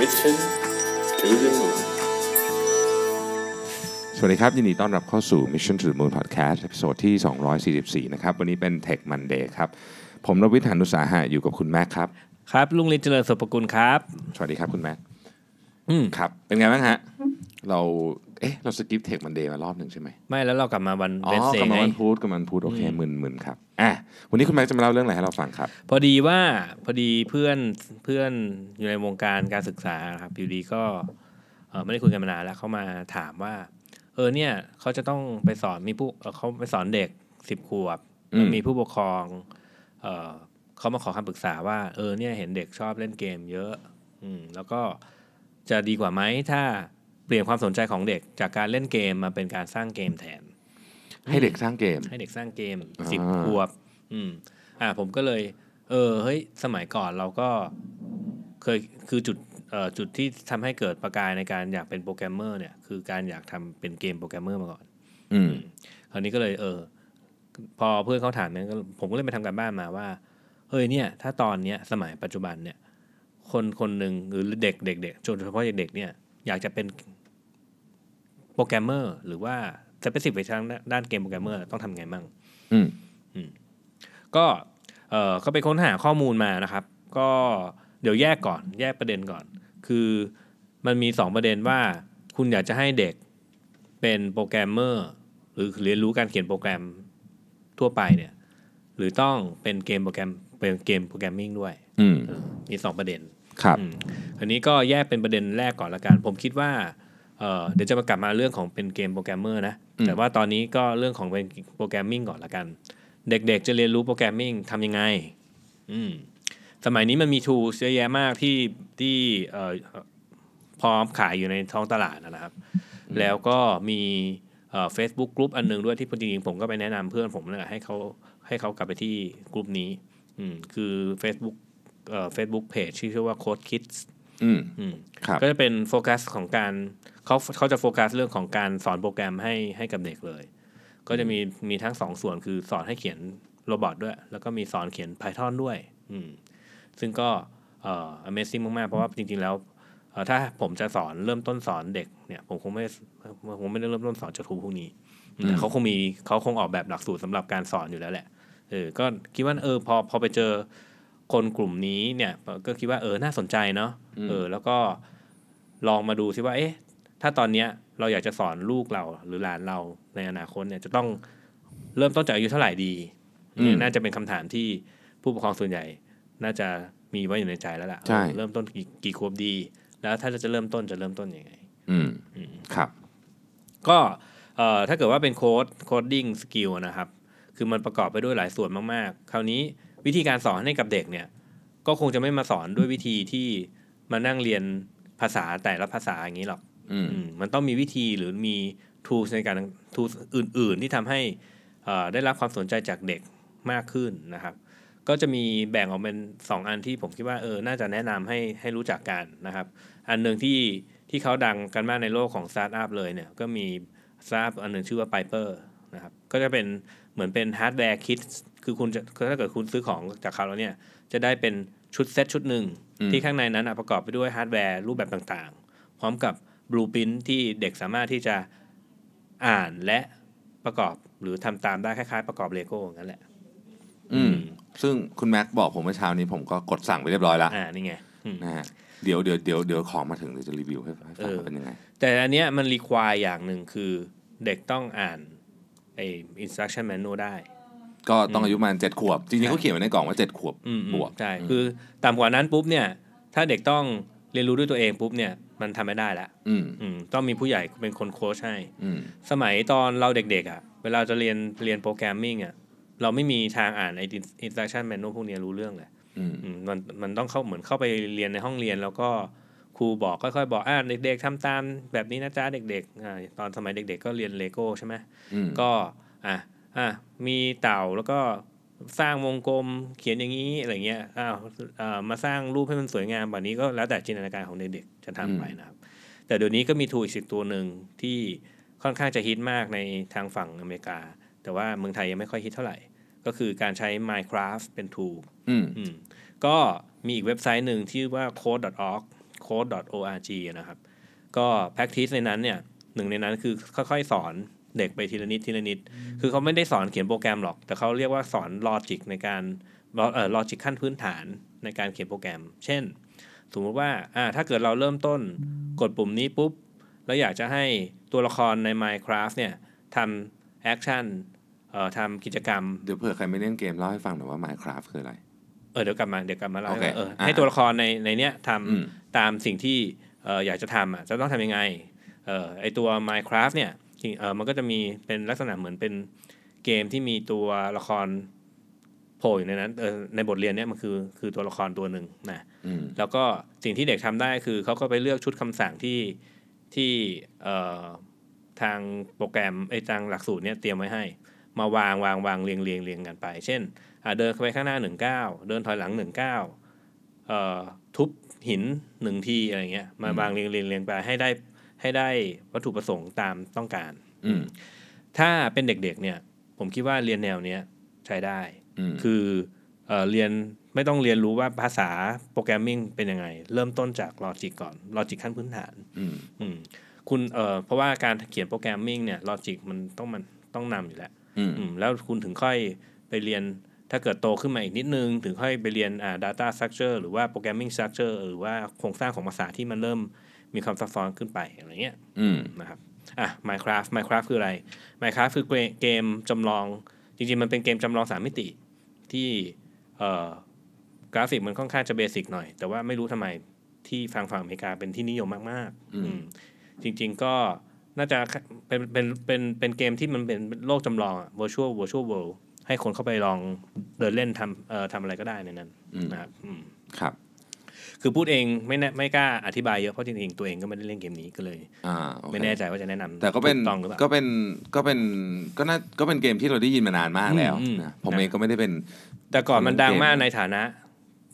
Mission to the Moon สวัสดีครับ ยินดีต้อนรับเข้าสู่ Mission to the Moon Podcast ตอนที่ 244 นะครับ วันนี้เป็น Tech Monday ครับ ผมรวิทย์หันุตสาหะอยู่กับคุณแม็กครับ ครับลุงลินเจริญสุปกุลครับ สวัสดีครับคุณแม็ก อืม ครับ เป็นไงบ้างฮะ เรา เอ๊ะ เราสกิป Tech Monday มารอบหนึ่งใช่ไหม ไม่แล้วเรากลับมาวัน อ๋อ เวนเซ กำลั ไง งวันพูดกำลังพูดโอเคหมื่นหมื่นครับ อ่ะ วันนี้คุณแม็กจะมาเล่าเรื่องอะไรให้เราฟังครับ พอดีว่าพอดีเพื่อนเพื่อนอยู่ในวงการการศึกษาครับอยู่ดีก็เอ่อไม่ได้คุยกันมานานแล้วเขามาถามว่า เออเนี่ยเขาจะต้องไปสอนมีผู้เอ่อเขาไปสอนเด็กสิบขวบ อืม มีผู้ปกครองเออเขามาขอคำปรึกษาว่า เออเนี่ยเห็นเด็กชอบเล่นเกมเยอะ อืมแล้วก็จะดีกว่าไหมถ้าเปลี่ยนความสนใจของเด็กจากการเล่นเกมมาเป็นการสร้างเกมแทน ให้เด็กสร้างเกม ให้เด็กสร้างเกม อ่า สิบขวบ อืม อ่า ผมก็เลย เออ เฮ้ย สมัยก่อนเราก็เคย คือจุด เอ่อ จุดที่ทำให้เกิดประกายในการอยากเป็นโปรแกรมเมอร์เนี่ย คือการอยากทำเป็นเกมโปรแกรมเมอร์มาก่อน อืม คราวนี้ก็เลย เออ พอเพื่อนเขาถามเนี่ยก็ผมก็เลยไปทำการบ้านมาว่า เฮ้ย เนี่ย ถ้าตอนเนี้ย สมัยปัจจุบันเนี่ย คนคนหนึ่งหรือเด็กเด็กเด็กโดยเฉพาะเด็กๆเนี่ย อยากจะเป็นโปรแกรมเมอร์ หรือว่าจะเป็นสิบไปทางด้านเกมโปรแกรมเมอร์ต้องทำไงมั่ง อืม ก็เออก็ไปค้นหาข้อมูลมานะครับ ก็เดี๋ยวแยกก่อน แยกประเด็นก่อน คือมันมี 2 ประเด็นว่า คุณอยากจะให้เด็กเป็นโปรแกรมเมอร์ หรือเรียนรู้การเขียนโปรแกรมทั่วไปเนี่ย หรือต้องเป็นเกมโปรแกรมเป็นเกมโปรแกรมมิ่งด้วย อืม เออมี 2 ประเด็น ครับ อืมอันนี้ก็แยกเป็นประเด็นแรกก่อนละกัน ผมคิดว่าเอ่อเดี๋ยวจะมากลับมาเรื่องของเป็นเกมโปรแกรมเมอร์นะ อืม แต่ว่าตอนนี้ก็เรื่องของเป็นโปรแกรมมิ่งก่อนละกัน เด็กๆจะเรียนรู้โปรแกรมมิ่งทำยังไงอืมสมัยนี้มันมี tools เยอะแยะมากที่ที่เอ่อพร้อมขายอยู่ในท้องตลาดนะครับ แล้วก็มีเฟซบุ๊กกลุ่มอันหนึงด้วยที่จริงๆผมก็ไปแนะนำเพื่อนผมนั่นแหละให้เขาให้เขากลับไปที่กลุ่มนี้อืมคือ Facebook เอ่อ Facebook page ที่ชื่อว่า Code Kids อืม อืม ครับ ก็จะเป็นโฟกัสของการเขาเขาจะโฟกัสเรื่องของการสอนโปรแกรมให้ให้กับเด็กเลย ก็จะมีมีทั้งสองส่วนคือสอนให้เขียนโรบอทด้วย แล้วก็มีสอนเขียน Python ด้วยอืมซึ่งก็เอ่อ Amazing มาก ๆ เพราะว่าจริง ๆ แล้วเอ่อถ้าผมจะสอนเริ่มต้นสอนเด็กเนี่ย ผมคงไม่ผมไม่ได้เริ่มต้นสอนจากทูพวกนี้แต่เขาคงมีเขาคงออกแบบหลักสูตรสำหรับการสอนอยู่แล้วแหละเออก็คิดว่าเออพอพอไปเจอ คนกลุ่มนี้เนี่ยก็คิดว่าเออน่าสนใจเนาะเออแล้วก็ลองมาดูซิว่าเอ๊ะถ้าตอนเนี้ยเราอยากจะสอนลูกเราหรือหลานเราในอนาคตเนี่ยจะต้องเริ่มต้นจากอายุเท่าไหร่ดีเนี่ยน่าจะเป็นคำถามที่ผู้ปกครองส่วนใหญ่ น่าจะมีไว้อยู่ในใจแล้วล่ะ ใช่ เออเริ่มต้นกี่กี่ขวบดี แล้วถ้าจะเริ่มต้นจะเริ่มต้นยังไง อืม ครับ ก็เอ่อถ้าเกิดว่าเป็นโค้ดโคดดิ้งสกิลนะครับ คือมันประกอบไปด้วยหลายส่วนมากๆ คราวนี้วิธีการสอนให้กับเด็กเนี่ย ก็คงจะไม่มาสอนด้วยวิธีที่มานั่งเรียนภาษาแต่ละภาษาอย่างนี้หรอก อืม อืมมันต้องมีวิธีหรือมี tools ในการ tools อื่น ๆ ที่ทำให้เอ่อได้รับความสนใจจากเด็กมากขึ้นนะครับ ก็จะมีแบ่งออกเป็น 2 อันที่ผมคิดว่าเออน่าจะแนะนำให้ให้รู้จักกันนะครับ อันหนึ่งที่ที่เขาดังกันมากในโลกของสตาร์ทอัพเลยเนี่ยก็มีสตาร์ทอัพอันหนึ่งชื่อว่า Piper นะครับก็จะเป็นเหมือนเป็นฮาร์ดแวร์คิทคือคุณจะถ้าเกิดคุณซื้อของจากเขาแล้วเนี่ย จะได้เป็นชุดเซตชุดหนึ่ง ที่ข้างในนั้นอะประกอบไปด้วยฮาร์ดแวร์รูปแบบต่างๆ พร้อมกับบลูพินที่เด็กสามารถที่จะอ่านและประกอบหรือทำตามได้คล้ายๆ ประกอบเลโก้อย่างนั้นแหละ อืม ซึ่งคุณแม็กบอกผมเมื่อเช้านี้ผมก็กดสั่งไปเรียบร้อยแล้ว อ่านี่ไงอืม นะฮะเดี๋ยวเดี๋ยวเดี๋ยวเดี๋ยวของมาถึงเดี๋ยวจะรีวิวให้ฟัง เออ ว่าเป็นยังไง แต่อันเนี้ยมันรีควายอย่างหนึ่งคือเด็กต้องอ่านไอ้ instruction manual ได้ ก็ต้องอายุประมาณเจ็ดขวบ จริงๆเขาเขียนไว้ในกล่องว่าเจ็ดขวบ อืม บวก ใช่ คือต่ำกว่านั้นปุ๊บเนี่ย ถ้าเด็กต้องเรียนรู้ด้วยตัวเองปุ๊บเนี่ย มันทำไม่ได้ละ อืม อืมต้องมีผู้ใหญ่เป็นคนโค้ชให้ อืม สมัยตอนเราเด็กๆอะ่ะ เวลาจะเรียนเรียนโปรแกรมมิ่งอ่ะ เราไม่มีทางอ่านไอ้ instruction manual พวกเนี้ยรู้เรื่องเลย อืม อืมมันมันต้องเข้าเหมือนเข้าไปเรียนในห้องเรียน แล้วก็ครูบอกค่อยๆบอกอ่าเด็กๆทำตามแบบนี้นะจ๊ะเด็กๆอ่าตอนสมัยเด็ก ๆ ก็เรียนเลโก้ใช่ไหม อืม ก็อ่ะอ่ะมีเต่าแล้วก็สร้างวงกลมเขียนอย่างนี้อะไรเงี้ยอ้าวเอ่อมาสร้างรูปให้มันสวยงามแบบนี้ก็แล้วแต่จินตนาการของเด็กๆจะทำไปนะครับ แต่เดี๋ยวนี้ก็มีทูอีกสิบตัวหนึ่งที่ค่อนข้างจะฮิตมากในทางฝั่งอเมริกา แต่ว่าเมืองไทยยังไม่ค่อยฮิตเท่าไหร่ ก็คือการใช้ Minecraft เป็นทู อืม อืมก็มีอีกเว็บไซต์หนึ่งที่ว่า code.org code.org นะครับ ก็ practice ในนั้นเนี่ยหนึ่งในนั้นคือค่อยๆ สอนเด็กไปทีละนิดทีละนิด คือเขาไม่ได้สอนเขียนโปรแกรมหรอก แต่เขาเรียกว่าสอนลอจิกในการเอ่อลอจิกขั้นพื้นฐานในการเขียนโปรแกรม เช่น สมมติว่าอ่าถ้าเกิดเราเริ่มต้นกดปุ่มนี้ปุ๊บ แล้วอยากจะให้ตัวละครใน Minecraft เนี่ยทำแอคชั่นเอ่อทำกิจกรรม เดี๋ยวเผื่อใครไม่เล่นเกมเล่าให้ฟังหน่อยว่า Minecraft คืออะไร เออเดี๋ยวกลับมาเดี๋ยวกลับมาเล่า โอเค เออ อ่า ให้ตัวละครในในเนี้ยท อืม ำตามสิ่งที่เอออยากจะทำอ่ะจะต้องทำยังไงเออไอตัว Minecraft เนี่ยจริงเออมันก็จะมีเป็นลักษณะเหมือนเป็นเกมที่มีตัวละครโผล่อยู่ในนั้นเออในบทเรียนเนี้ยมันคือคือตัวละครตัวหนึ่งนะ อืม แล้วก็สิ่งที่เด็กทำได้คือเขาก็ไปเลือกชุดคำสั่งที่ที่เอ่อทางโปรแกรมไอ้ยทางหลักสูตรเนี่ยเตรียมไว้ให้ มาวางวางวางเรียงเรียงเรียงกันไป เช่นอ่ะเดินเข้าไปข้างหน้าหนึ่งเก้าวเดินถอยหลังหนึ่งเก้าวเอ่อทุบหินหนึ่งทีอะไรเงี้ยมา อืม วางเรียงเรียงเรียงไปให้ได้ให้ได้วัตถุประสงค์ตามต้องการ อืม ถ้าเป็นเด็กๆเนี่ยผมคิดว่าเรียนแนวเนี้ยใช้ได้ อืม คือเอ่อเรียนไม่ต้องเรียนรู้ว่าภาษาโปรแกรมมิ่งเป็นยังไง เริ่มต้นจากลอจิกก่อนลอจิกขั้นพื้นฐาน อืม อืมคุณเอ่อเพราะว่าการเขียนโปรแกรมมิ่งเนี่ยลอจิกมันต้องมันต้องนำอยู่แล้ว อืม อืมแล้วคุณถึงค่อยไปเรียนถ้าเกิดโตขึ้นมาอีกนิดนึง ถึงค่อยไปเรียนอ่า data structure หรือว่า programming structure หรือว่าโครงสร้างของภาษาที่มันเริ่มมีความซับซ้อนขึ้นไปอะไรเงี้ย อืม นะครับ อ่ะ Minecraft Minecraft คืออะไร Minecraft คือเกมเกมจำลอง จริง ๆ มันเป็นเกมจำลองสามมิติที่เอ่อกราฟิกมันค่อนข้างจะเบสิกหน่อย แต่ว่าไม่รู้ทำไมที่ฝั่งฝั่งอเมริกาเป็นที่นิยมมากๆ อืม อืมจริง ๆ ก็น่าจะเป็นเป็นเป็นเป็นเกมที่มันเป็นโลกจำลองอะ virtual virtual world ให้คนเข้าไปลองเดินเล่นทำเอ่อทำอะไรก็ได้ในนั้นนะครับอืม ครับ คือพูดเองไม่แน่ไม่กล้าอธิบายเยอะเพราะจริงๆตัวเองก็ไม่ได้เล่นเกมนี้ก็เลย อ่าโอเค ไม่แน่ใจว่าจะแนะนำ แต่ก็เป็น ถูต้องหรือเปล่า ก็เป็นก็เป็นก็น่าก็เป็นเกมที่เราได้ยินมานานมากแล้ว อืมอืม นะผม นะ เองก็ไม่ได้เป็น แต่ก่อนมันดังมาก เกม ในฐานะ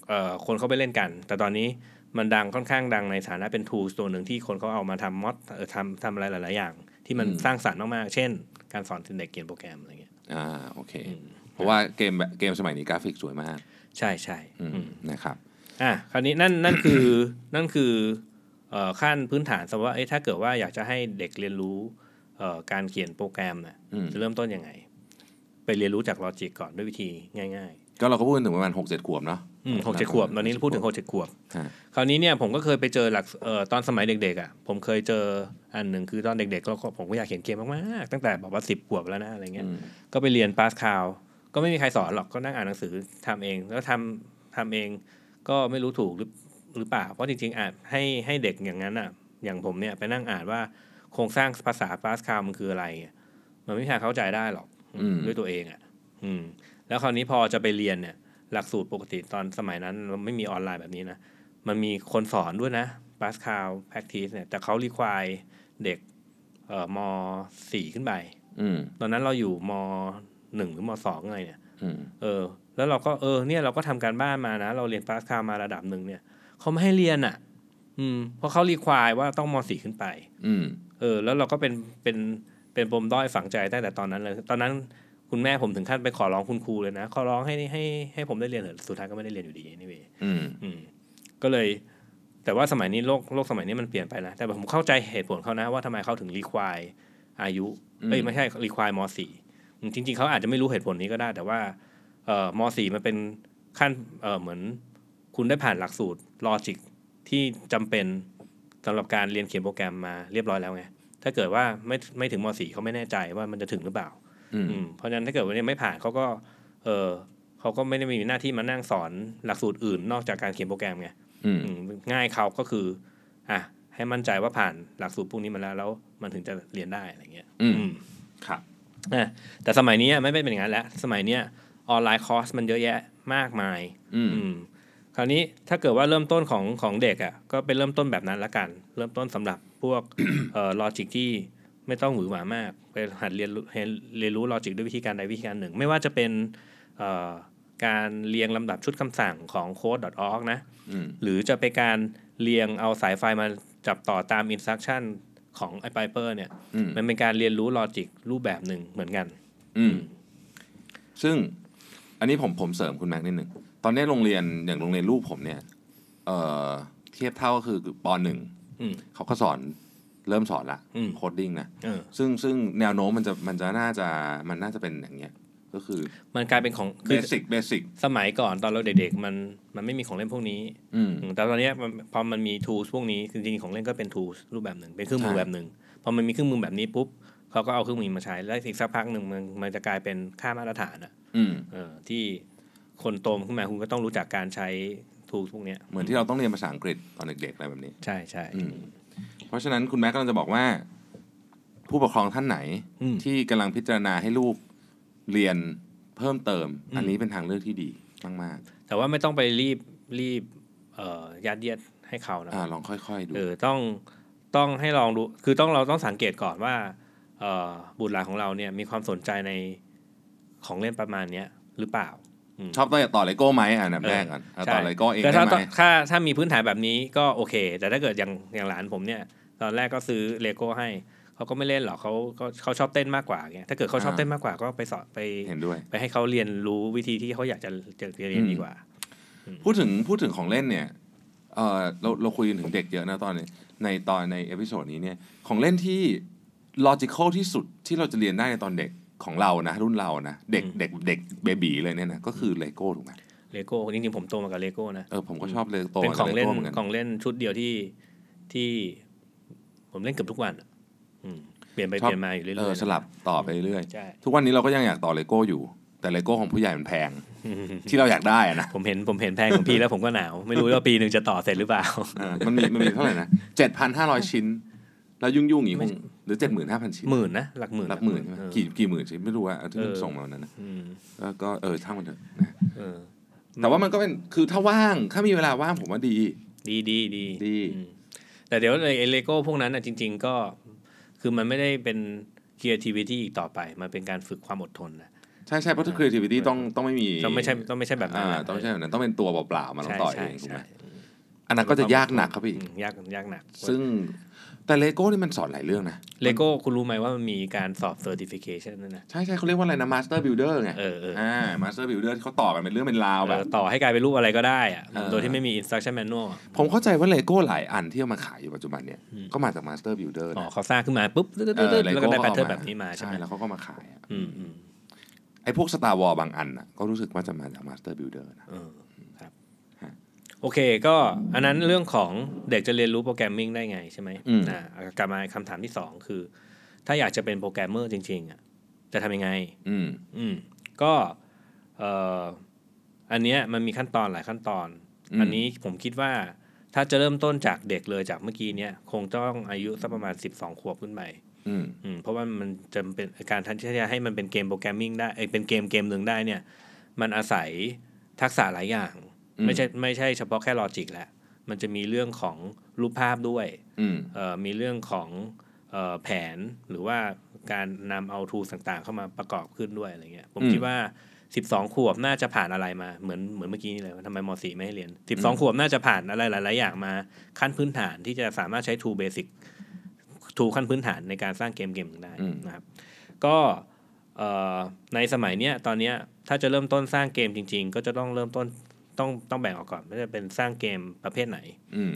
เอ่อคนเขาไปเล่นกัน แต่ตอนนี้มันดังค่อนข้างดังในฐานะเป็น tools ตัวหนึ่งที่คนเขาเอามาทำมอดเอ่อทำทำอะไรหลาย ๆ อย่าง ที่มันสร้างสรรค์มาก ๆ เช่น การสอนเด็กเขียนโปรแกรมอะไรเงี้ย อ่าโอเค อืม เพราะว่าเกมแบบเกมสมัยนี้กราฟิกสวยมาก ใช่ใช่ อืม อืม นะครับ อ่ะคราวนี้นั่นนั่นคือ นั่นคือเอ่อขั้นพื้นฐานสำหรับว่าเอ้ถ้าเกิดว่าอยากจะให้เด็กเรียนรู้เอ่อการเขียนโปรแกรมน่ะ อืม จะเริ่มต้นยังไง ไปเรียนรู้จากลอจิกก่อนด้วยวิธีง่าย ๆ ก็เราก็พูดถึงประมาณหกเจ็ดขวบเนาะ อืมหกเจ็ดขวบ ตอนนี้พูดถึงหกเจ็ดขวบ ฮะ คราวนี้เนี่ยผมก็เคยไปเจอหลักเอ่อตอนสมัยเด็กๆอ่ะผมเคยเจออันหนึ่งคือตอนเด็กๆแล้วก็ผมก็อยากเขียนเกมมากๆ ตั้งแต่แบบว่าสิบขวบแล้วนะอะไรเงี้ยก็ไปเรียน Pascal ก็ไม่มีใครสอนหรอกก็นั่งอ่านหนังสือทำเอง แล้วทำทำเองก็ไม่รู้ถูกหรือหรือเปล่า เพราะจริงๆอ่านให้ให้เด็กอย่างนั้นอ่ะอย่างผมเนี่ยไปนั่งอ่านว่าโครงสร้างภาษา Pascal มันคืออะไรอ่ะมันไม่มีทางเข้าใจได้หรอก อืม ด้วยตัวเองอ่ะอืมแล้วคราวนี้พอจะไปเรียนเนี่ยหลักสูตรปกติตอนสมัยนั้นเราไม่มีออนไลน์แบบนี้นะ มันมีคนสอนด้วยนะ Pascal practice เนี่ย แต่เขา require เด็กเอ่อมสี่ขึ้นไป อืม ตอนนั้นเราอยู่มหนึ่งหรือมสองอะไรเนี่ย อืม เออ แล้วเราก็เออ เนี่ยเราก็ทำการบ้านมานะ เราเรียน Pascal มาระดับหนึ่งเนี่ย เขาไม่ให้เรียนอะ่ะ อืม เพราะเขา require ว่าต้องมสี่ขึ้นไป อืม เออ แล้วเราก็เป็น เป็น เป็นปมด้อยฝังใจตั้งแต่ตอนนั้นเลย ตอนนั้นคุณแม่ผมถึงขั้นไปขอร้องคุณครูเลยนะ ขอร้องให้ให้ให้ผมได้เรียนเถอะ สุดท้ายก็ไม่ได้เรียนอยู่ดี anyway อืม อืมก็เลยแต่ว่าสมัยนี้โลกโลกสมัยนี้มันเปลี่ยนไปนะ แต่ผมเข้าใจเหตุผลเขานะ ว่าทำไมเขาถึงรีควายอายุเอ้ยไม่ใช่รีควายมสี่อืมจริง ๆเขาอาจจะไม่รู้เหตุผลนี้ก็ได้ แต่ว่าเอ่อมสี่มันเป็นขั้นเอ่อเหมือน คุณได้ผ่านหลักสูตรลอจิกที่จำเป็นสำหรับการเรียนเขียนโปรแกรมมาเรียบร้อยแล้วไงถ้าเกิดว่าไม่ไม่ถึงมสี่เขาไม่แน่ใจว่ามันจะถึงหรือเปล่า อืม อืมเพราะฉะนั้นถ้าเกิดวันนี้ไม่ผ่านเขาก็ เออเขาก็ไม่ได้มีหน้าที่มานั่งสอนหลักสูตรอื่น นอกจากการเขียนโปรแกรมไง อืม อืมง่ายเขาก็คือ อ่ะให้มั่นใจว่าผ่านหลักสูตรพวกนี้มาแล้วแล้วมันถึงจะเรียนได้อะไรเงี้ย อืม อืม ครับ อ่ะแต่สมัยนี้ไม่เป็นอย่างนั้นแล้ว สมัยเนี้ยออนไลน์คอร์สมันเยอะแยะมากมาย อืม อืมคราวนี้ถ้าเกิดว่าเริ่มต้นของของเด็กอะ่ะก็เป็นเริ่มต้นแบบนั้นละกัน เริ่มต้นสำหรับพ วก เอ่อลอจิกที่ไม่ต้องหวือหวามาก ไปหัดเรียนรู้เรียนเรียนรู้ลอจิกด้วยวิธีการใดวิธีการหนึ่ง ไม่ว่าจะเป็นเอ่อการเรียงลำดับชุดคำสั่งของ code.org นะ อืม หรือจะเป็นการเรียงเอาสายไฟมาจับต่อตาม instruction ของไอ้ Piper เนี่ย อืม มันเป็นการเรียนรู้ลอจิกรูปแบบหนึ่งเหมือนกัน อืมซึ่งอันนี้ผมผมเสริมคุณแม็กซ์นิดหนึ่งตอนนี้โรงเรียนอย่างโรงเรียนลูกผมเนี่ย เอ่อ เทียบเท่าก็คือปหนึ่ง อืม เขาก็สอนเริ่มสอนละ อืม โคดดิ้งนะ เออ ซึ่งซึ่งแนวโน้มมันจะมันจะน่าจะมันน่าจะเป็นอย่างเงี้ยก็คือ มันกลายเป็นของ เบ คือ สิกเบสิก สมัยก่อนตอนเราเด็กๆ มันมันไม่มีของเล่นพวกนี้ อืม อืมแต่ตอนเนี้ยมันพอมันมี tools พวกนี้จริงๆของเล่นก็เป็น tools รูปแบบหนึ่งเป็นเครื่องมือ ใช่ แบบหนึ่งพอมันมีเครื่องมือแบบนี้ปุ๊บเขาก็เอาเครื่องมือมาใช้แล้วอีกสักพักหนึ่งมันมันจะกลายเป็นค่ามาตรฐานอะ อืม เออที่คนโตขึ้นมาคุณก็ต้องรู้จักการใช้ tools พวกเนี้ย เหมือนที่เราต้องเรียนภาษาอังกฤษตอนเด็กๆอะไรแบบนี้ ใช่ใช่ อืม เพราะฉะนั้นคุณแม่กำลังจะบอกว่า ผู้ปกครองท่านไหน อืม ที่กำลังพิจารณาให้ลูกเรียนเพิ่มเติม อันนี้เป็นทางเลือกที่ดีมาก แต่ว่าไม่ต้องไปรีบรีบเอ่อยัดเยียดให้เขา ๆ นะ อ่าลองค่อยๆดู เออต้องต้องให้ลองดู คือต้องเราต้องสังเกตก่อนว่าเอ่อบุตรหลานของเราเนี่ยมีความสนใจในของเล่นประมาณเนี้ยหรือเปล่า ชอบต่อต่อเลโก้ไหมอ่ะอันดับแรกก่อนเอาต่อเลโก้เอง แต่ ได้ ถ้า ไหม ถ้าถ้ามีพื้นฐานแบบนี้ก็โอเค แต่ถ้าเกิดอย่างอย่างหลานผมเนี่ยตอนแรกก็ซื้อเลโก้ให้เขาก็ไม่เล่นหรอกเขาก็เขาชอบเต้นมากกว่าเงี้ยถ้าเกิดเขาชอบเต้นมากกว่าก็ไปสอนไป เห็นด้วย ไปให้เขาเรียนรู้วิธีที่เขาอยากจะจะจะเรียนดีกว่า พูดถึงพูดถึงของเล่นเนี่ยเออเราเราคุยกันถึงเด็กเยอะนะตอนนี้ในตอนในเอพิโซดนี้เนี่ยของเล่นที่ logical ที่สุดที่เราจะเรียนได้ในตอนเด็กของเรานะ รุ่นเรานะ เด็ก อืม เด็กเด็กเบบีเลยเนี่ยนะก็คือเลโก้ถูกไหม เลโก้จริงๆผมโตมากับเลโก้นะ เออผมก็ชอบเลโก้ เป็นของเล่น เหมือนกัน ของเล่นชุดเดียวที่ที่ผมเล่นเกือบทุกวันอะอืมเปลี่ยนไปเปลี่ยนมาอยู่เรื่อย เออ ๆ สลับต่อไปเรื่อย ใช่ ๆทุกวันนี้เราก็ยังอยากต่อเลโก้อยู่ แต่เลโก้ของผู้ใหญ่มันแพง ที่เราอยากได้อะนะ ผมเห็นผมเห็นแพงของพี่แล้วผมก็หนาว ไม่รู้ว่าปีหนึ่งจะต่อเสร็จหรือเปล่า เออมันมีมันมีเท่าไหร่นะเจ็ดพันห้าร้อยชิ้น แล้วยุ่งยุ่งๆอีกคงหรือเจ็ดหมื่นห้าพันชิ้น หมื่นนะ หลักหมื่น หลักหมื่นใช่ไหม เออ กี่กี่หมื่นใช่ไหมไม่รู้ว่าที่มัน เออ ส่งมาวันนั้นนะ อืม แล้วก็เออช่างมันเถอะนะ เออ แต่ว่ามันก็เป็นคือถ้าว่างถ้ามีเวลาว่างผมว่าดี ดีดีดี ดี อืมแต่เดี๋ยวไอ้เลโก้พวกนั้นอ่ะจริง ๆ ก็คือมันไม่ได้เป็น creativity อีกต่อไป มันเป็นการฝึกความอดทนนะ ใช่ใช่เพราะถ้า creativity ต้องต้องไม่มี ต้องไม่ใช่ต้องไม่ใช่แบบนั้น อ่า นะ ต้องไม่ใช่แบบนั้นต้องเป็นตัวเปล่าๆมาลอง ใช่ ต่อ ใช่ เองถูกไหม ใช่ อันนั้นก็จะยากหนักครับพี่ อืมยากยากหนัก ซึ่งแต่เลโก้นี่มันสอนหลายเรื่องนะ เลโก้คุณรู้ไหมว่ามันมีการสอบ certification นั่นนะ ใช่ใช่เขาเรียกว่าอะไรนะ master builder ไง เออเออ อ่า master builder ที่เขาต่อกันเป็นเรื่องเป็นราวแบบ เออต่อให้กลายเป็นรูปอะไรก็ได้อะ เออ โดยที่ไม่มี instruction manual อะ ผมเข้าใจว่าเลโก้หลายอันที่เอามาขายอยู่ปัจจุบันเนี่ยก็มาจาก master builder อ๋อ นะ เขาสร้างขึ้นมาปุ๊บตึ๊ด เอ ตึ๊ดตึ๊ อ ด เล แล้ว โก้ ก็ได้ เขาเอาแพทเทิร์นแบบนี้มาใช่ ใช่ ไหม แล้วเขาก็มาขายอะ อืมอืม ไอ้พวก Star War บางอันน่ะก็รู้สึกว่าจะมาจาก Master Builder นะ เออครับ ฮะ โอเคก็อันนั้นเรื่องของเด็กจะเรียนรู้โปรแกรมมิ่งได้ไงใช่ไหม อืม อ่ากลับมาคำถามที่สองคือ ถ้าอยากจะเป็นโปรแกรมเมอร์จริง ๆอ่ะจะทำยังไง อืม อืมก็เอ่ออันเนี้ยมันมีขั้นตอนหลายขั้นตอน อืม อันนี้ผมคิดว่าถ้าจะเริ่มต้นจากเด็กเลยจากเมื่อกี้เนี้ยคงต้องอายุสักประมาณ 12 ขวบขึ้นไป อืม อืมเพราะว่ามันจะเป็นการทันที่จะให้มันเป็นเกมโปรแกรมมิ่งได้เอ้ยเป็นเกมเกมหนึ่งได้เนี่ย มันอาศัยทักษะหลายอย่าง อืม ไม่ใช่ไม่ใช่เฉพาะแค่ลอจิกแหละ มันจะมีเรื่องของรูปภาพด้วย อืม เอ่อมีเรื่องของเอ่อแผนหรือว่าการนำเอาทูต่างๆ เข้ามาประกอบขึ้นด้วยอะไรเงี้ยผม อืม คิดว่า 12 ขวบน่าจะผ่านอะไรมาเหมือนเหมือนเมื่อกี้นี่เลยว่าทำไมม .4 ไม่ให้เรียน 12 ขวบน่าจะผ่านอะไรหลาย ๆ อย่างมาขั้นพื้นฐานที่จะสามารถใช้ทูเบสิกทูขั้นพื้นฐานในการสร้างเกมเกมหนึ่งได้นะครับ ก็เอ่อในสมัยเนี้ยตอนเนี้ยถ้าจะเริ่มต้นสร้างเกมจริง ๆ ก็จะต้องเริ่มต้นต้องต้องแบ่งออกก่อนว่าจะเป็นสร้างเกมประเภทไหน อืม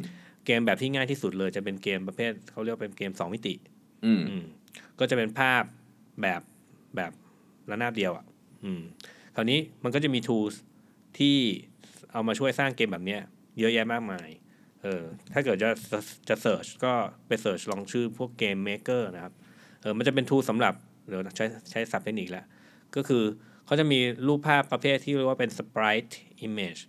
เกมแบบที่ง่ายที่สุดเลยจะเป็นเกมประเภทเขาเรียกว่าเป็นเกมสองมิติ อืม อืมก็จะเป็นภาพแบบแบบระนาบเดียวอะ่ะอืมคราวนี้มันก็จะมี tools ที่เอามาช่วยสร้างเกมแบบเนี้ยเยอะแยะมากมายเออถ้าเกิดจะจะเสิร์ชก็ไปเสิร์ชลองชื่อพวกเกมเมกเกอร์นะครับเออมันจะเป็น tool สำหรับเดี๋ยวใช้ใช้ศัพท์เทคนิคแล้วก็คือเขาจะมีรูปภาพประเภทที่เรียกว่าเป็น sprite image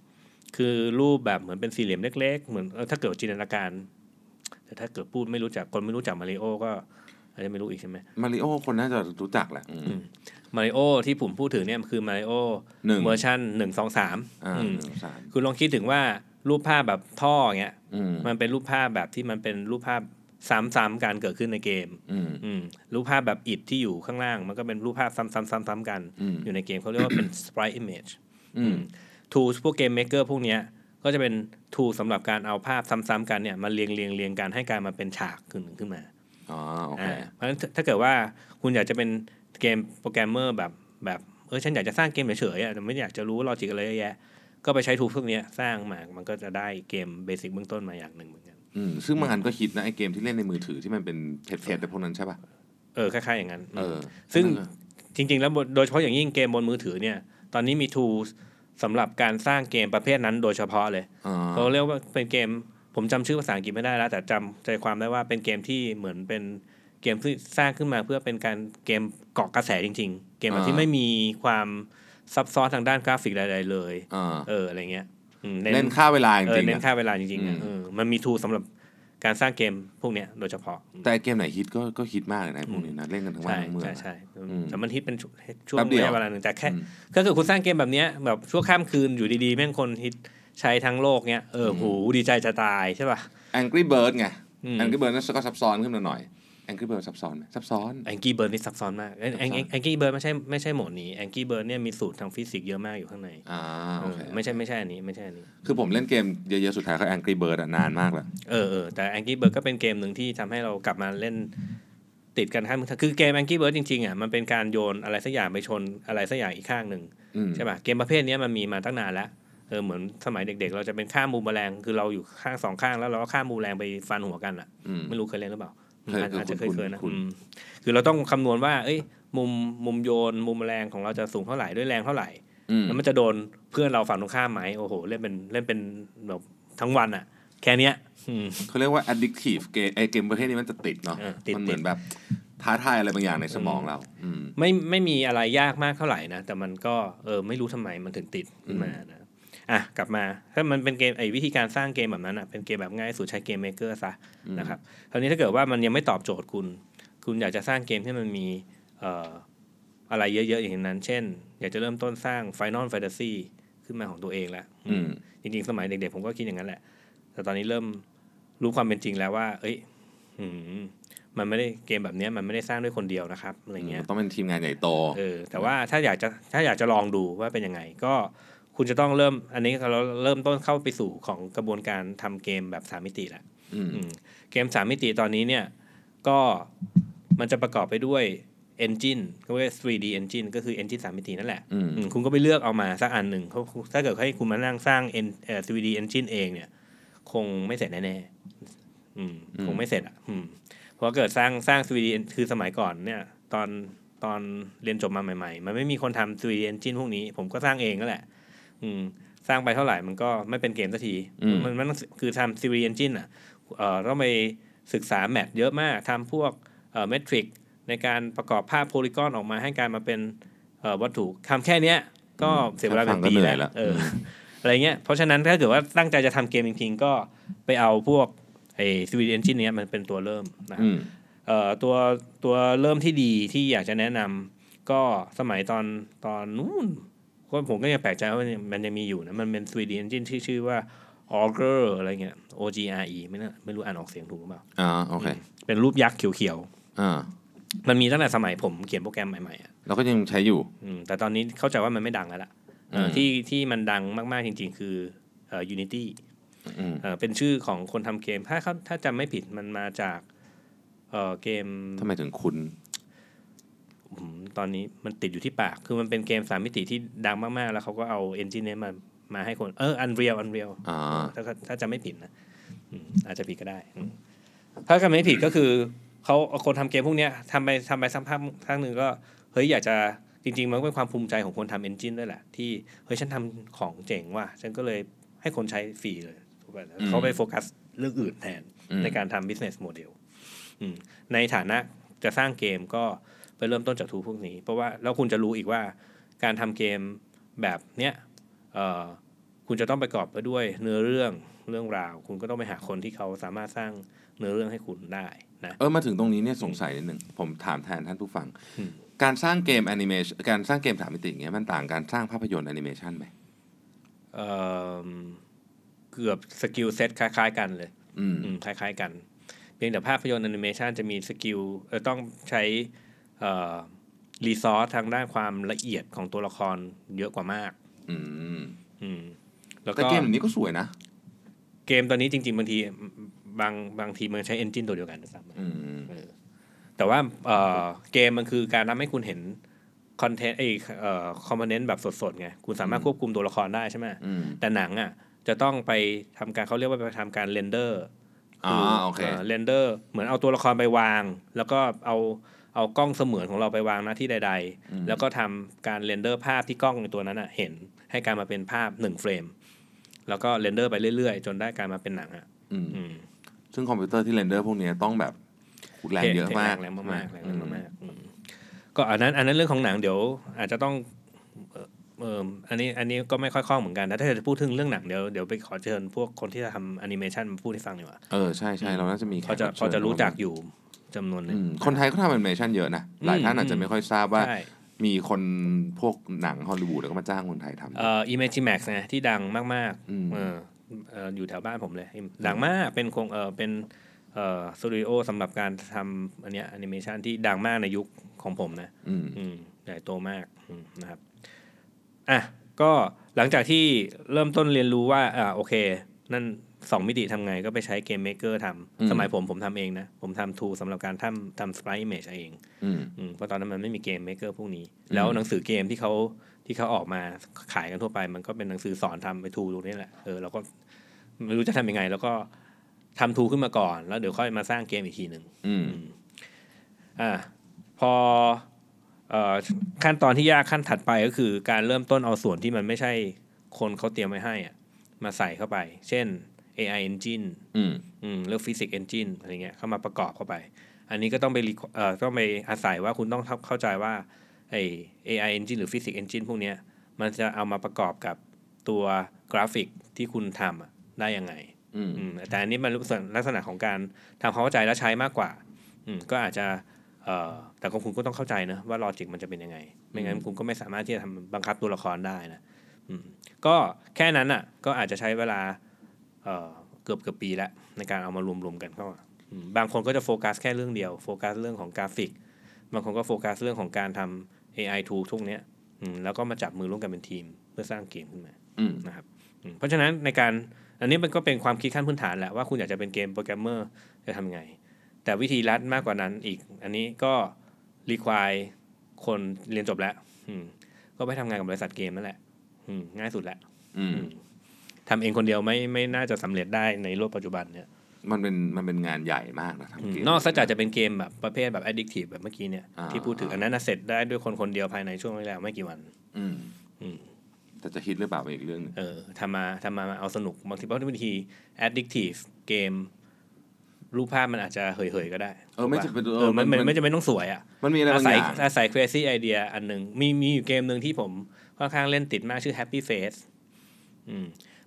คือรูปแบบเหมือนเป็นสี่เหลี่ยมเล็ก ๆ เหมือนเออถ้าเกิดจินตนาการ แต่ถ้าเกิดพูดไม่รู้จักคนไม่รู้จักมาริโอก็อาจจะไม่รู้อีกใช่ไหม มาริโอคนน่าจะรู้จักแหละอืม มาริโอที่ผมพูดถึงเนี่ยมันคือมาริโอ หนึ่ง เวอร์ชันหนึ่งสองสาม อ่าหนึ่งสองสาม คุณลองคิดถึงว่ารูปภาพแบบท่ออย่างเงี้ย อืม มันเป็นรูปภาพแบบที่มันเป็นรูปภาพซ้ำๆการเกิดขึ้นในเกม อืม อืมรูปภาพแบบอิดที่อยู่ข้างล่าง มันก็เป็นรูปภาพซ้ำๆๆๆกัน อืม อยู่ในเกมเขาเรียกว่าเป็น sprite image อืม tools พวกเกมเมกเกอร์พวกเนี้ยก็จะเป็น tool สำหรับการเอาภาพซ้ำๆกันเนี่ยมาเรียงเรียงเรียงๆๆกันให้กลายมาเป็นฉากขึ้นหนึ่งขึ้นมา อ๋อ โอเค อ่าเพราะฉะนั้นถ้าถ้าเกิดว่าคุณอยากจะเป็นเกมโปรแกรมเมอร์แบบแบบเออฉันอยากจะสร้างเกมเฉยๆอ่ะแต่ไม่อยากจะรู้ลอจิกอะไรเยอะแยะ ก็ไปใช้ทูพวกเนี้ยสร้างมา มันก็จะได้เกมเบสิกเบื้องต้นมาอย่างหนึ่งเหมือนกัน อืมซึ่งบางอันก็ฮิตนะไอเกมที่เล่นในมือถือที่มันเป็นเท็ดเท็ดแต่พวกนั้นใช่ป่ะ เออคล้ายๆอย่างนั้น เออ ซึ่ง นั่นน่ะ จริง ๆ แล้วบนโดยเฉพาะอย่างยิ่งเกมบนมือถือเนี่ย ตอนนี้มีทูสำหรับการสร้างเกมประเภทนั้นโดยเฉพาะเลย อ่า เขาเรียกว่าเป็นเกมผมจำชื่อภาษาอังกฤษไม่ได้แล้ว แต่จำใจความได้ว่าเป็นเกมที่เหมือนเป็นเกมที่สร้างขึ้นมาเพื่อเป็นการเกมเกาะกระแสจริง ๆ เกมแบบที่ไม่มีความซับซ้อนทางด้านกราฟิกใดๆเลย อ่า เอออะไรเงี้ยอืม เล่นค่าเวลาจ เออ ริงๆ เน้น อะ ค่าเวลาจริงๆอะ อืม เออมันมีทูสำหรับการสร้างเกมพวกเนี้ยโดยเฉพาะ แต่เกมไหนฮิตก็ก็ฮิตมากเลยนะพวกนี้นะเล่นกันทั้งวัน ใช่ ทั้งเมือง ใช่ใช่ อืม แต่มันฮิตเป็นช่วง แป๊บเดียว ระยะเวลาหนึ่งแต่แค่ อืม ก็คือคุณสร้างเกมแบบเนี้ยแบบชั่วข้ามคืนอยู่ดีๆแม่งคนฮิตใช้ทั้งโลกเนี้ยเออ อืม โหดีใจจะตายใช่ป่ะ Angry Bird ไง อืม Angry Bird นั่นก็ซับซ้อนขึ้นมาหน่อย Angry Bird ซับซ้อนไหมซับซ้อน แองกี้เบิร์นี่ซับซ้อนมากแองแองกี้เบิร์ไม่ใช่ไม่ใช่โหมดนี้แองกี้เบิร์เนี่ยมีสูตรทางฟิสิกส์เยอะมากอยู่ข้างใน อ่าโอเค เออไม่ใช่ไม่ใช่อันนี้ไม่ใช่อันนี้ คือผมเล่นเกมเยอะๆสุดท้ายก็ Angry Bird อะนานมากแล้ว เออเออแต่แองกี้เบิร์ก็เป็นเกมหนึ่งที่ทำให้เรากลับมาเล่นติดกันข้ามคือเกมแองกี้เบิร์จริงๆอ่ะมันเป็นการโยนอะไรสักอย่างไปชนอะไรสักอย่างอีกข้างหนึ่ง อืม ใช่ป่ะเกมประเภทเนี้ยมันมีมาตั้งนานแล้วเออเหมือนสมัยเด็ก ๆ เราจะเป็นข้ามมูมแมลงคือเราอยู่ข้างสองข้างแล้วเราก็ข้ามมูมแมลงไปฟันหัวกันอ่ะ อืม ไม่รู้เคยเล่นหรือเปล่า เคย อาจอาจจะเค เคยคุ้นยเคยนะ คุ้น อืมคือเราต้องคำนวณว่า เอ้ย มุมมุมโยน มุมแรงของเราจะสูงเท่าไหร่ด้วยแรงเท่าไหร่ อืม แล้วมันจะโดนเพื่อนเราฝั่งตรงข้ามไหมโอ้โห เล่นเป็นเล่นเป็นแบบทั้งวันอะแค่เนี้ยอืม เขาเรียกว่า Addictive เกมไอเกมประเภทนี้มันจะติดเนาะ เออติด มัเหมือนติด แบบท้าทายอะไรบางอย่างในสมองเรา อืม ไม่ไม่มีอะไรยากมากเท่าไหร่นะ แต่มันก็เออไม่รู้ทำไมมันถึงติดขึ้นมานะอ่ะกลับมาถ้ามันเป็นเกมไอ้วิธีการสร้างเกมแบบนั้นอ่ะเป็นเกมแบบง่ายสุดใช้เกมเมกเกอร์ซะนะครับคราวนี้ถ้าเกิดว่ามันยังไม่ตอบโจทย์คุณ คุณอยากจะสร้างเกมที่มันมีเอ่ออะไรเยอะ ๆ อย่างนั้น เช่น อยากจะเริ่มต้นสร้าง Final Fantasy ขึ้นมาของตัวเองแล้ว อืม จริงๆ สมัยเด็กๆ ผมก็คิดอย่างนั้นแหละ แต่ตอนนี้เริ่มรู้ความเป็นจริงแล้วว่า เอ้ยอืมมันไม่ได้เกมแบบเนี้ยมันไม่ได้สร้างด้วยคนเดียวนะครับอะไรเงี้ย ต้องเป็นทีมงานใหญ่โต เออแต่ว่าถ้าอยากจะถ้าอยากจะลองดูว่าเป็นยังไง ก็คุณจะต้องเริ่มอันนี้เราเริ่มต้นเข้าไปสู่ของกระบวนการทำเกมแบบสามมิติแล้ว อืม อืมเกมสามมิติตอนนี้เนี่ยก็มันจะประกอบไปด้วย Engine ก็เรียก 3D Engine ก็คือ Engine สามมิตินั่นแหละ อืม อืมคุณก็ไปเลือกเอามาสักอันหนึ่งเพราะถ้าเกิดให้คุณมานั่งสร้าง en- เอ่อ 3D Engine เองเนี่ย คงไม่เสร็จแน่ๆอืม อืม คงไม่เสร็จอ่ะอืมเพราะเกิดสร้างสร้าง 3D คือสมัยก่อนเนี่ย ตอนตอนเรียนจบมาใหม่ๆ มันไม่มีคนทำ 3D engine พวกนี้ ผมก็สร้างเองก็แหละ อืม สร้างไปเท่าไหร่มันก็ไม่เป็นเกมสักที อืม มันมันต้องคือทำ 3D engine อ่ะเอ่อต้องไปศึกษาแมทเยอะมากทำพวกเอ่อเมทริกในการประกอบภาพโพลีกอนออกมาให้กลายมาเป็นเอ่อวัตถุทำแค่เนี้ย ก็เสียเวลาเป็นแค่ฟังปีก็เหนื่ แล้ อยว ละ เออ อะไรเงี้ย เพราะฉะนั้นถ้าเกิดว่าตั้งใจจะทำเกมจริงๆ ก็ไปเอาพวกไอ้สวีเดนจินเนี้ยมันเป็นตัวเริ่มนะครั อื บ ม เอ่อตัวตัวเริ่มที่ดีที่อยากจะแนะนำก็สมัยตอนตอนนู้นก็ผมก็ยังแปลกใจว่ามันยังมันยังมีอยู่นะ มันเป็นสวีเดนจินที่ชื่อว่า Augur อะไรเงี้ย O G R E ไม่น่าไม่รู้อ่านออกเสียงถูกหรือเปล่า อ่าโอเค เป็นรูปยักษ์เขียว อ่า ๆ มันมีตั้งแต่สมัยผมเขียนโปรแกรมใหม่ๆอะ เราก็ยังใช้อยู่ อืมแต่ตอนนี้เข้าใจว่ามันไม่ดังแล้วล่ะเอ่อ อืม ที่ที่มันดังมากๆจริง ๆ คือเอ่อ Unity อืม เอ่อเป็นชื่อของคนทำเกม ถ้าเขาถ้าจำไม่ผิดมันมาจากเอ่อเกม ทำไมถึงคุณ อืมตอนนี้มันติดอยู่ที่ปาก คือมันเป็นเกมสามมิติที่ดังมากๆ แล้วเขาก็เอาเอนจิเนียมามาให้คนเออ Unreal Unreal อ่า ถ้าถ้าจำไม่ผิดนะอืมอาจจะผิดก็ได้อืมถ้าจำไม่ผิดก็คือเขาเอาคนทำเกมพวกเนี้ยทำไปทำไปสักพักพักหนึ่งก็เฮ้ยอยากจะจริง ๆ มันก็เป็นความภูมิใจของคนทำเอนจินด้วยแหละ ที่เฮ้ยฉันทำของเจ๋งว่ะฉันก็เลยให้คนใช้ฟรีเลยถูกป่ะ อืม เขาไปโฟกัสเรื่องอื่นแทน อืม ในการทำ business model อืมในฐานะจะสร้างเกมก็ไปเริ่มต้นจากทูพวกนี้ เพราะว่าแล้วคุณจะรู้อีกว่าการทำเกมแบบเนี้ยเอ่อ คุณจะต้องประกอบไปด้วยเนื้อเรื่องเรื่องราว คุณก็ต้องไปหาคนที่เขาสามารถสร้างเนื้อเรื่องให้คุณได้นะ เออมาถึงตรงนี้เนี่ยสงสัยนิดหนึ่งผมถามแทนท่านผู้ฟัง อืม การสร้างเกมแอนิเมชันการสร้างเกมสามมิติอย่างเงี้ยมันต่างการสร้างภาพยนตร์แอนิเมชันไหม เอิ่มเกือบสกิลเซ็ตคล้ายๆ กันเลย อืม อืมคล้ายๆกัน เพียงแต่ภาพยนตร์แอนิเมชันจะมีสกิลเอ่อต้องใช้รีซอสทางด้านความละเอียดของตัวละครเยอะกว่ามาก อืม อืมแล้วก็ แต่เกมเหล่านี้ก็สวยนะ เกมตอนนี้จริงๆบางทีบางบางทีมันใช้เอนจินตัวเดียวกันด้วยซ้ำ อืม แต่ว่าเอ่อเกมมันคือการทำให้คุณเห็น คอนเทนต์ไอเอ่อคอมโพเนนต์แบบสดๆไงคุณสามารถควบคุมตัวละครได้ใช่ไหม อืม แต่หนังอ่ะจะต้องไปทำการเขาเรียกว่าไปทำการเรนเดอร์ อ่าโอเค เรนเดอร์เหมือนเอาตัวละครไปวาง แล้วก็เอาเอากล้องเสมือนของเราไปวางหน้าที่ใด อืม ๆ แล้วก็ทำการเรนเดอร์ภาพที่กล้องในตัวนั้นอะเห็นให้กลารมาเป็นภาพหนึ่งเฟรม แล้วก็เรนเดอร์ไปเรื่อยๆ จนได้กลารมาเป็นหนังอะ อืม อืม ซึ่งคอมพิวเตอร์ที่เรนเดอร์พวกเนี้ยต้องแบบขุดแรงเยอะมาก แรงมากๆแรงมากๆอืมก็อันนั้นอันนั้นเรื่องของหนังเดี๋ยว อาจจะต้องเอ่อเอมอันนี้อันนี้ก็ไม่ค่อยคล่องเหมือนกันนะถ้าจะพูดถึงเรื่องหนังเดี๋ยวเดี๋ยวไปขอเชิญพวกคนที่ทำแอนิเมชันมาพูดให้ฟังดีกว่า เออใช่ใช่เราน่าจะมีแขก พอจะ บ พ เชิ อ ญ จะรู้จักอยู่จำนวนหนึ อื ง มคนไทยก็ทำแอนิเมชันเยอะนะ หลายท่านอาจจะไม่ค่อยทราบว่า ใช่ มีคนพวกหนังฮอลลีวูดแล้วก็มาจ้างคนไทยทำ เอ่อ Image Max นะที่ดังมาก อืม ๆเออเอ่ออยู่แถวบ้านผมเลย ดังมากเป็นโครงเออเป็นเอ่อสตูดิโอสำหรับการทำอันเนี้ยแอนิเมชันที่ดังมากในยุคของผมนะ อืม อืมใหญ่โตมากอืมนะครับอ่ะก็หลังจากที่เริ่มต้นเรียนรู้ว่าอ่าโอเค นั่นสองมิติทำไงก็ไปใช้เกมเม k เกอร์ท อืม ำสมัยผมผมทำเองนะ ผมทำทูสำหรับการทำทำสไปร์อิมเมจเอง อืม อืมเพราะตอนนั้นมันไม่มีเกมเมกเกอร์พวกนี้ อืม แล้วหนังสือเกมที่เขาที่เขาออกมาขายกันทั่วไป มันก็เป็นหนังสือสอนทำไปทูตรงนี้แหละเออเราก็ไม่รู้จะทำยังไง แล้วก็ทำทูขึ้นมาก่อน แล้วเดี๋ยวค่อยมาสร้างเกมอีกทีหนึ่ง อืม อืมอ่าพอเอ่อขั้นตอนที่ยากขั้นถัดไปก็คือ การเริ่มต้นเอาส่วนที่มันไม่ใช่คนเขาเตรียมไว้ให้อะมาใส่เข้าไป เช่น AI engine อืม อืมเรื่องฟิสิกส์เอนจินอะไรเงี้ยเข้ามาประกอบเข้าไป อันนี้ก็ต้องไป requ- เอ่อต้องไปอาศัยว่าคุณต้องเข้าใจว่าไอ AI engine หรือฟิสิกส์เอนจินพวกเนี้ยมันจะเอามาประกอบกับตัวกราฟิกที่คุณทำอะได้ยังไง อืม อืมแต่อันนี้มันรู้สึกลักษณะของการทำความเข้าใจและใช้มากกว่าอืมก็อาจจะเอ่อแต่ของคุณก็ต้องเข้าใจนะว่าลอจิกมันจะเป็นยังไง ไม่งั้นคุณก็ไม่สามารถที่จะทำบังคับตัวละครได้นะอืมก็แค่นั้นอ่ะก็อาจจะใช้เวลา เอ่อเกือบเกือบปีแล้วในการเอามารวมรวมกันเข้ามาอืมบางคนก็จะโฟกัสแค่เรื่องเดียวโฟกัสเรื่องของกราฟิก บางคนก็โฟกัสเรื่องของการทำ AI tool ทุกเนี้ยอืมแล้วก็มาจับมือร่วมกันเป็นทีม เพื่อสร้างเกมขึ้นมา อืม นะครับอืมเพราะฉะนั้นในการอันนี้มันก็เป็นความคิดขั้นพื้นฐานแหละว่าคุณอยากจะเป็นเกมโปรแกรมเมอร์จะทำยังไง แต่วิธีรัดมากกว่านั้นอีก อันนี้ก็รีควายคนเรียนจบแล้วอืมก็ไปทำงานกับบริษัทเกมนั่นแหละอืมง่ายสุดแล้ว อืม ทำเองคนเดียวไม่ไม่น่าจะสำเร็จได้ในโลกปัจจุบันเนี่ย มันเป็นมันเป็นงานใหญ่มากนะทำเกม นอกจากจะเป็นเกมแบบประเภทแบบ addictive แบบเมื่อกี้เนี่ย อ่า ที่พูดถึงอันนั้นนะเสร็จได้ด้วยคนคนเดียวภายในช่วงแรกๆไม่กี่วัน อืม อืม แต่จะฮิตหรือเปล่าเป็นอีกเรื่องหนึง เออทำมาทำมาเอาสนุกบางทีเพราะบางที addictive เกม รูปภาพมันอาจจะเหยๆก็ได้ เออไม่จะเป็น เออมันมันมันไม่จำเป็นต้องสวยอ่ะ มันมีอะไร อา บาง ศั อย ย่าง อาศัย crazy idea อันหนึ่งมีมีอยู่เกมหนึ่งที่ผมค่อนข้างเล่นติดมากชื่อ happy face อืม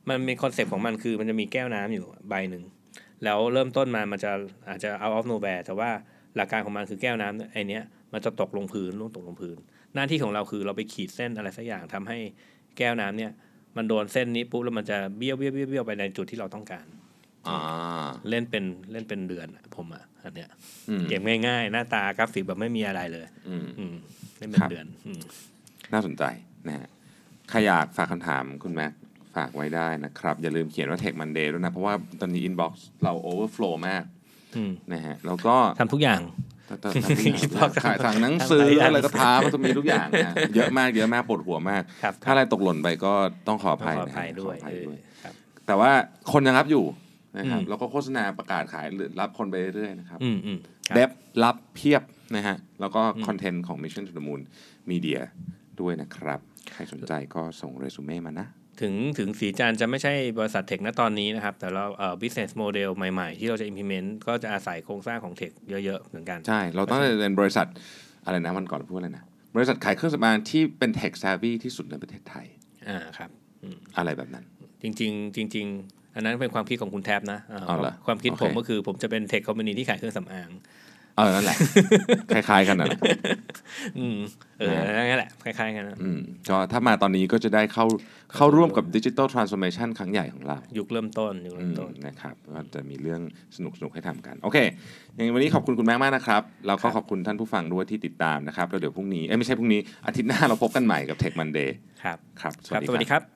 มันมีคอนเซปต์ของมันคือมันจะมีแก้วน้ำอยู่ใบหนึ่ง แล้วเริ่มต้นมามันจะอาจจะ out of nowhere แต่ว่าหลักการของมันคือแก้วน้ำไอเนี้ยมันจะตกลงพื้นล่วงตกลงพื้น หน้าที่ของเราคือเราไปขีดเส้นอะไรสักอย่างทำให้แก้วน้ำเนี่ย มันโดนเส้นนี้ปุ๊บแล้วมันจะเบี้ยวเบี้ยวเบี้ยวเบี้ยวไปในจุดที่เราต้องการ อ่า เล่นเป็นเล่นเป็นเดือนอะผมอ่ะอันเนี้ย อืม เกมง่ายๆ หน้าตากราฟิกแบบไม่มีอะไรเลย อืม อืมเล่นเป็ ครั น บ เดือนอืม น่าสนใจนะฮะใครอยากฝากคำถามคุณแม็กฝากไว้ได้นะครับ อย่าลืมเขียนว่า Tech Monday ด้วยนะ เพราะว่าตอนนี้ inbox เรา overflow มาก อืม นะฮะแล้วก็ ทำทุกอย่าง ตตตอนนี้ inbox ขายสั่งหนังสือ ทำหลายอย่าง อะไรก็ท้ามันจะมีทุกอย่างนะเยอะมากเยอะมากปวดหัวมาก ครับ ถ้าอะไรตกหล่นไปก็ต้องขออ ต้อง ภัย ขออ นะครั ภั บ ยด้วย ขออภัยด้วย เออครับ แต่ว่าคนยังรับอยู่นะครับ อืม แล้วก็โฆษณาประกาศขายหรือรับคนไปเรื่อยๆนะครับ อืมอืมครับ เดบรับเพียบนะฮะ แล้วก็คอนเทนต์ของ Mission to the Moon Media ด้วยนะครับ ใครสนใจก็ส่งเรซูเม่มานะ ถึงถึงสีจันทร์จะไม่ใช่บริษัทเทคณตอนนี้นะครับ แต่เราเอ่อ business model ใหม่ๆ ที่เราจะ implement ก็จะอาศัยโครงสร้างของเทคเยอะๆ เหมือนกัน ใช่ เราต้องเป็นบริษัทอะไรนะวันก่อนเราพูดอะไรนะ บริษัทขายเครื่องสำอางที่เป็น tech savvy ที่สุดในประเทศไทย อ่าครับอืม อะไรแบบนั้น จริงๆ จริง ๆ อันนั้นเป็นความคิดของคุณแทบนะอ่า เอาเหรอ ความคิด โอเค ผมก็คือผมจะเป็นเทคคอมพานีที่ขายเครื่องสำอาง เออ นั่น แหละ คล้ายๆ กันนนแหละ อืมเออนั่นแหละคล้ายๆกันนะ อืมก็ถ้ามาตอนนี้ก็จะได้เข้าเข้าร่วมกับ Digital Transformation ครั้งใหญ่ของเรา ยุคเริ่มต้นยุคเริ่มต้น อืมนะครับก็จะมีเรื่องสนุกสนุกๆให้ทำกัน โอเคอย่างวันนี้ขอบคุณคุณแม่มากนะครับ แล้วก็ขอบคุณท่านผู้ฟังด้วยที่ติดตามนะครับ แล้วเดี๋ยวพรุ่งนี้ เอ้ยไม่ใช่พรุ่งนี้ อาทิตย์หน้าเราพบกันใหม่กับ Tech Monday ครับ ครับ ครับ สวัสดีครับ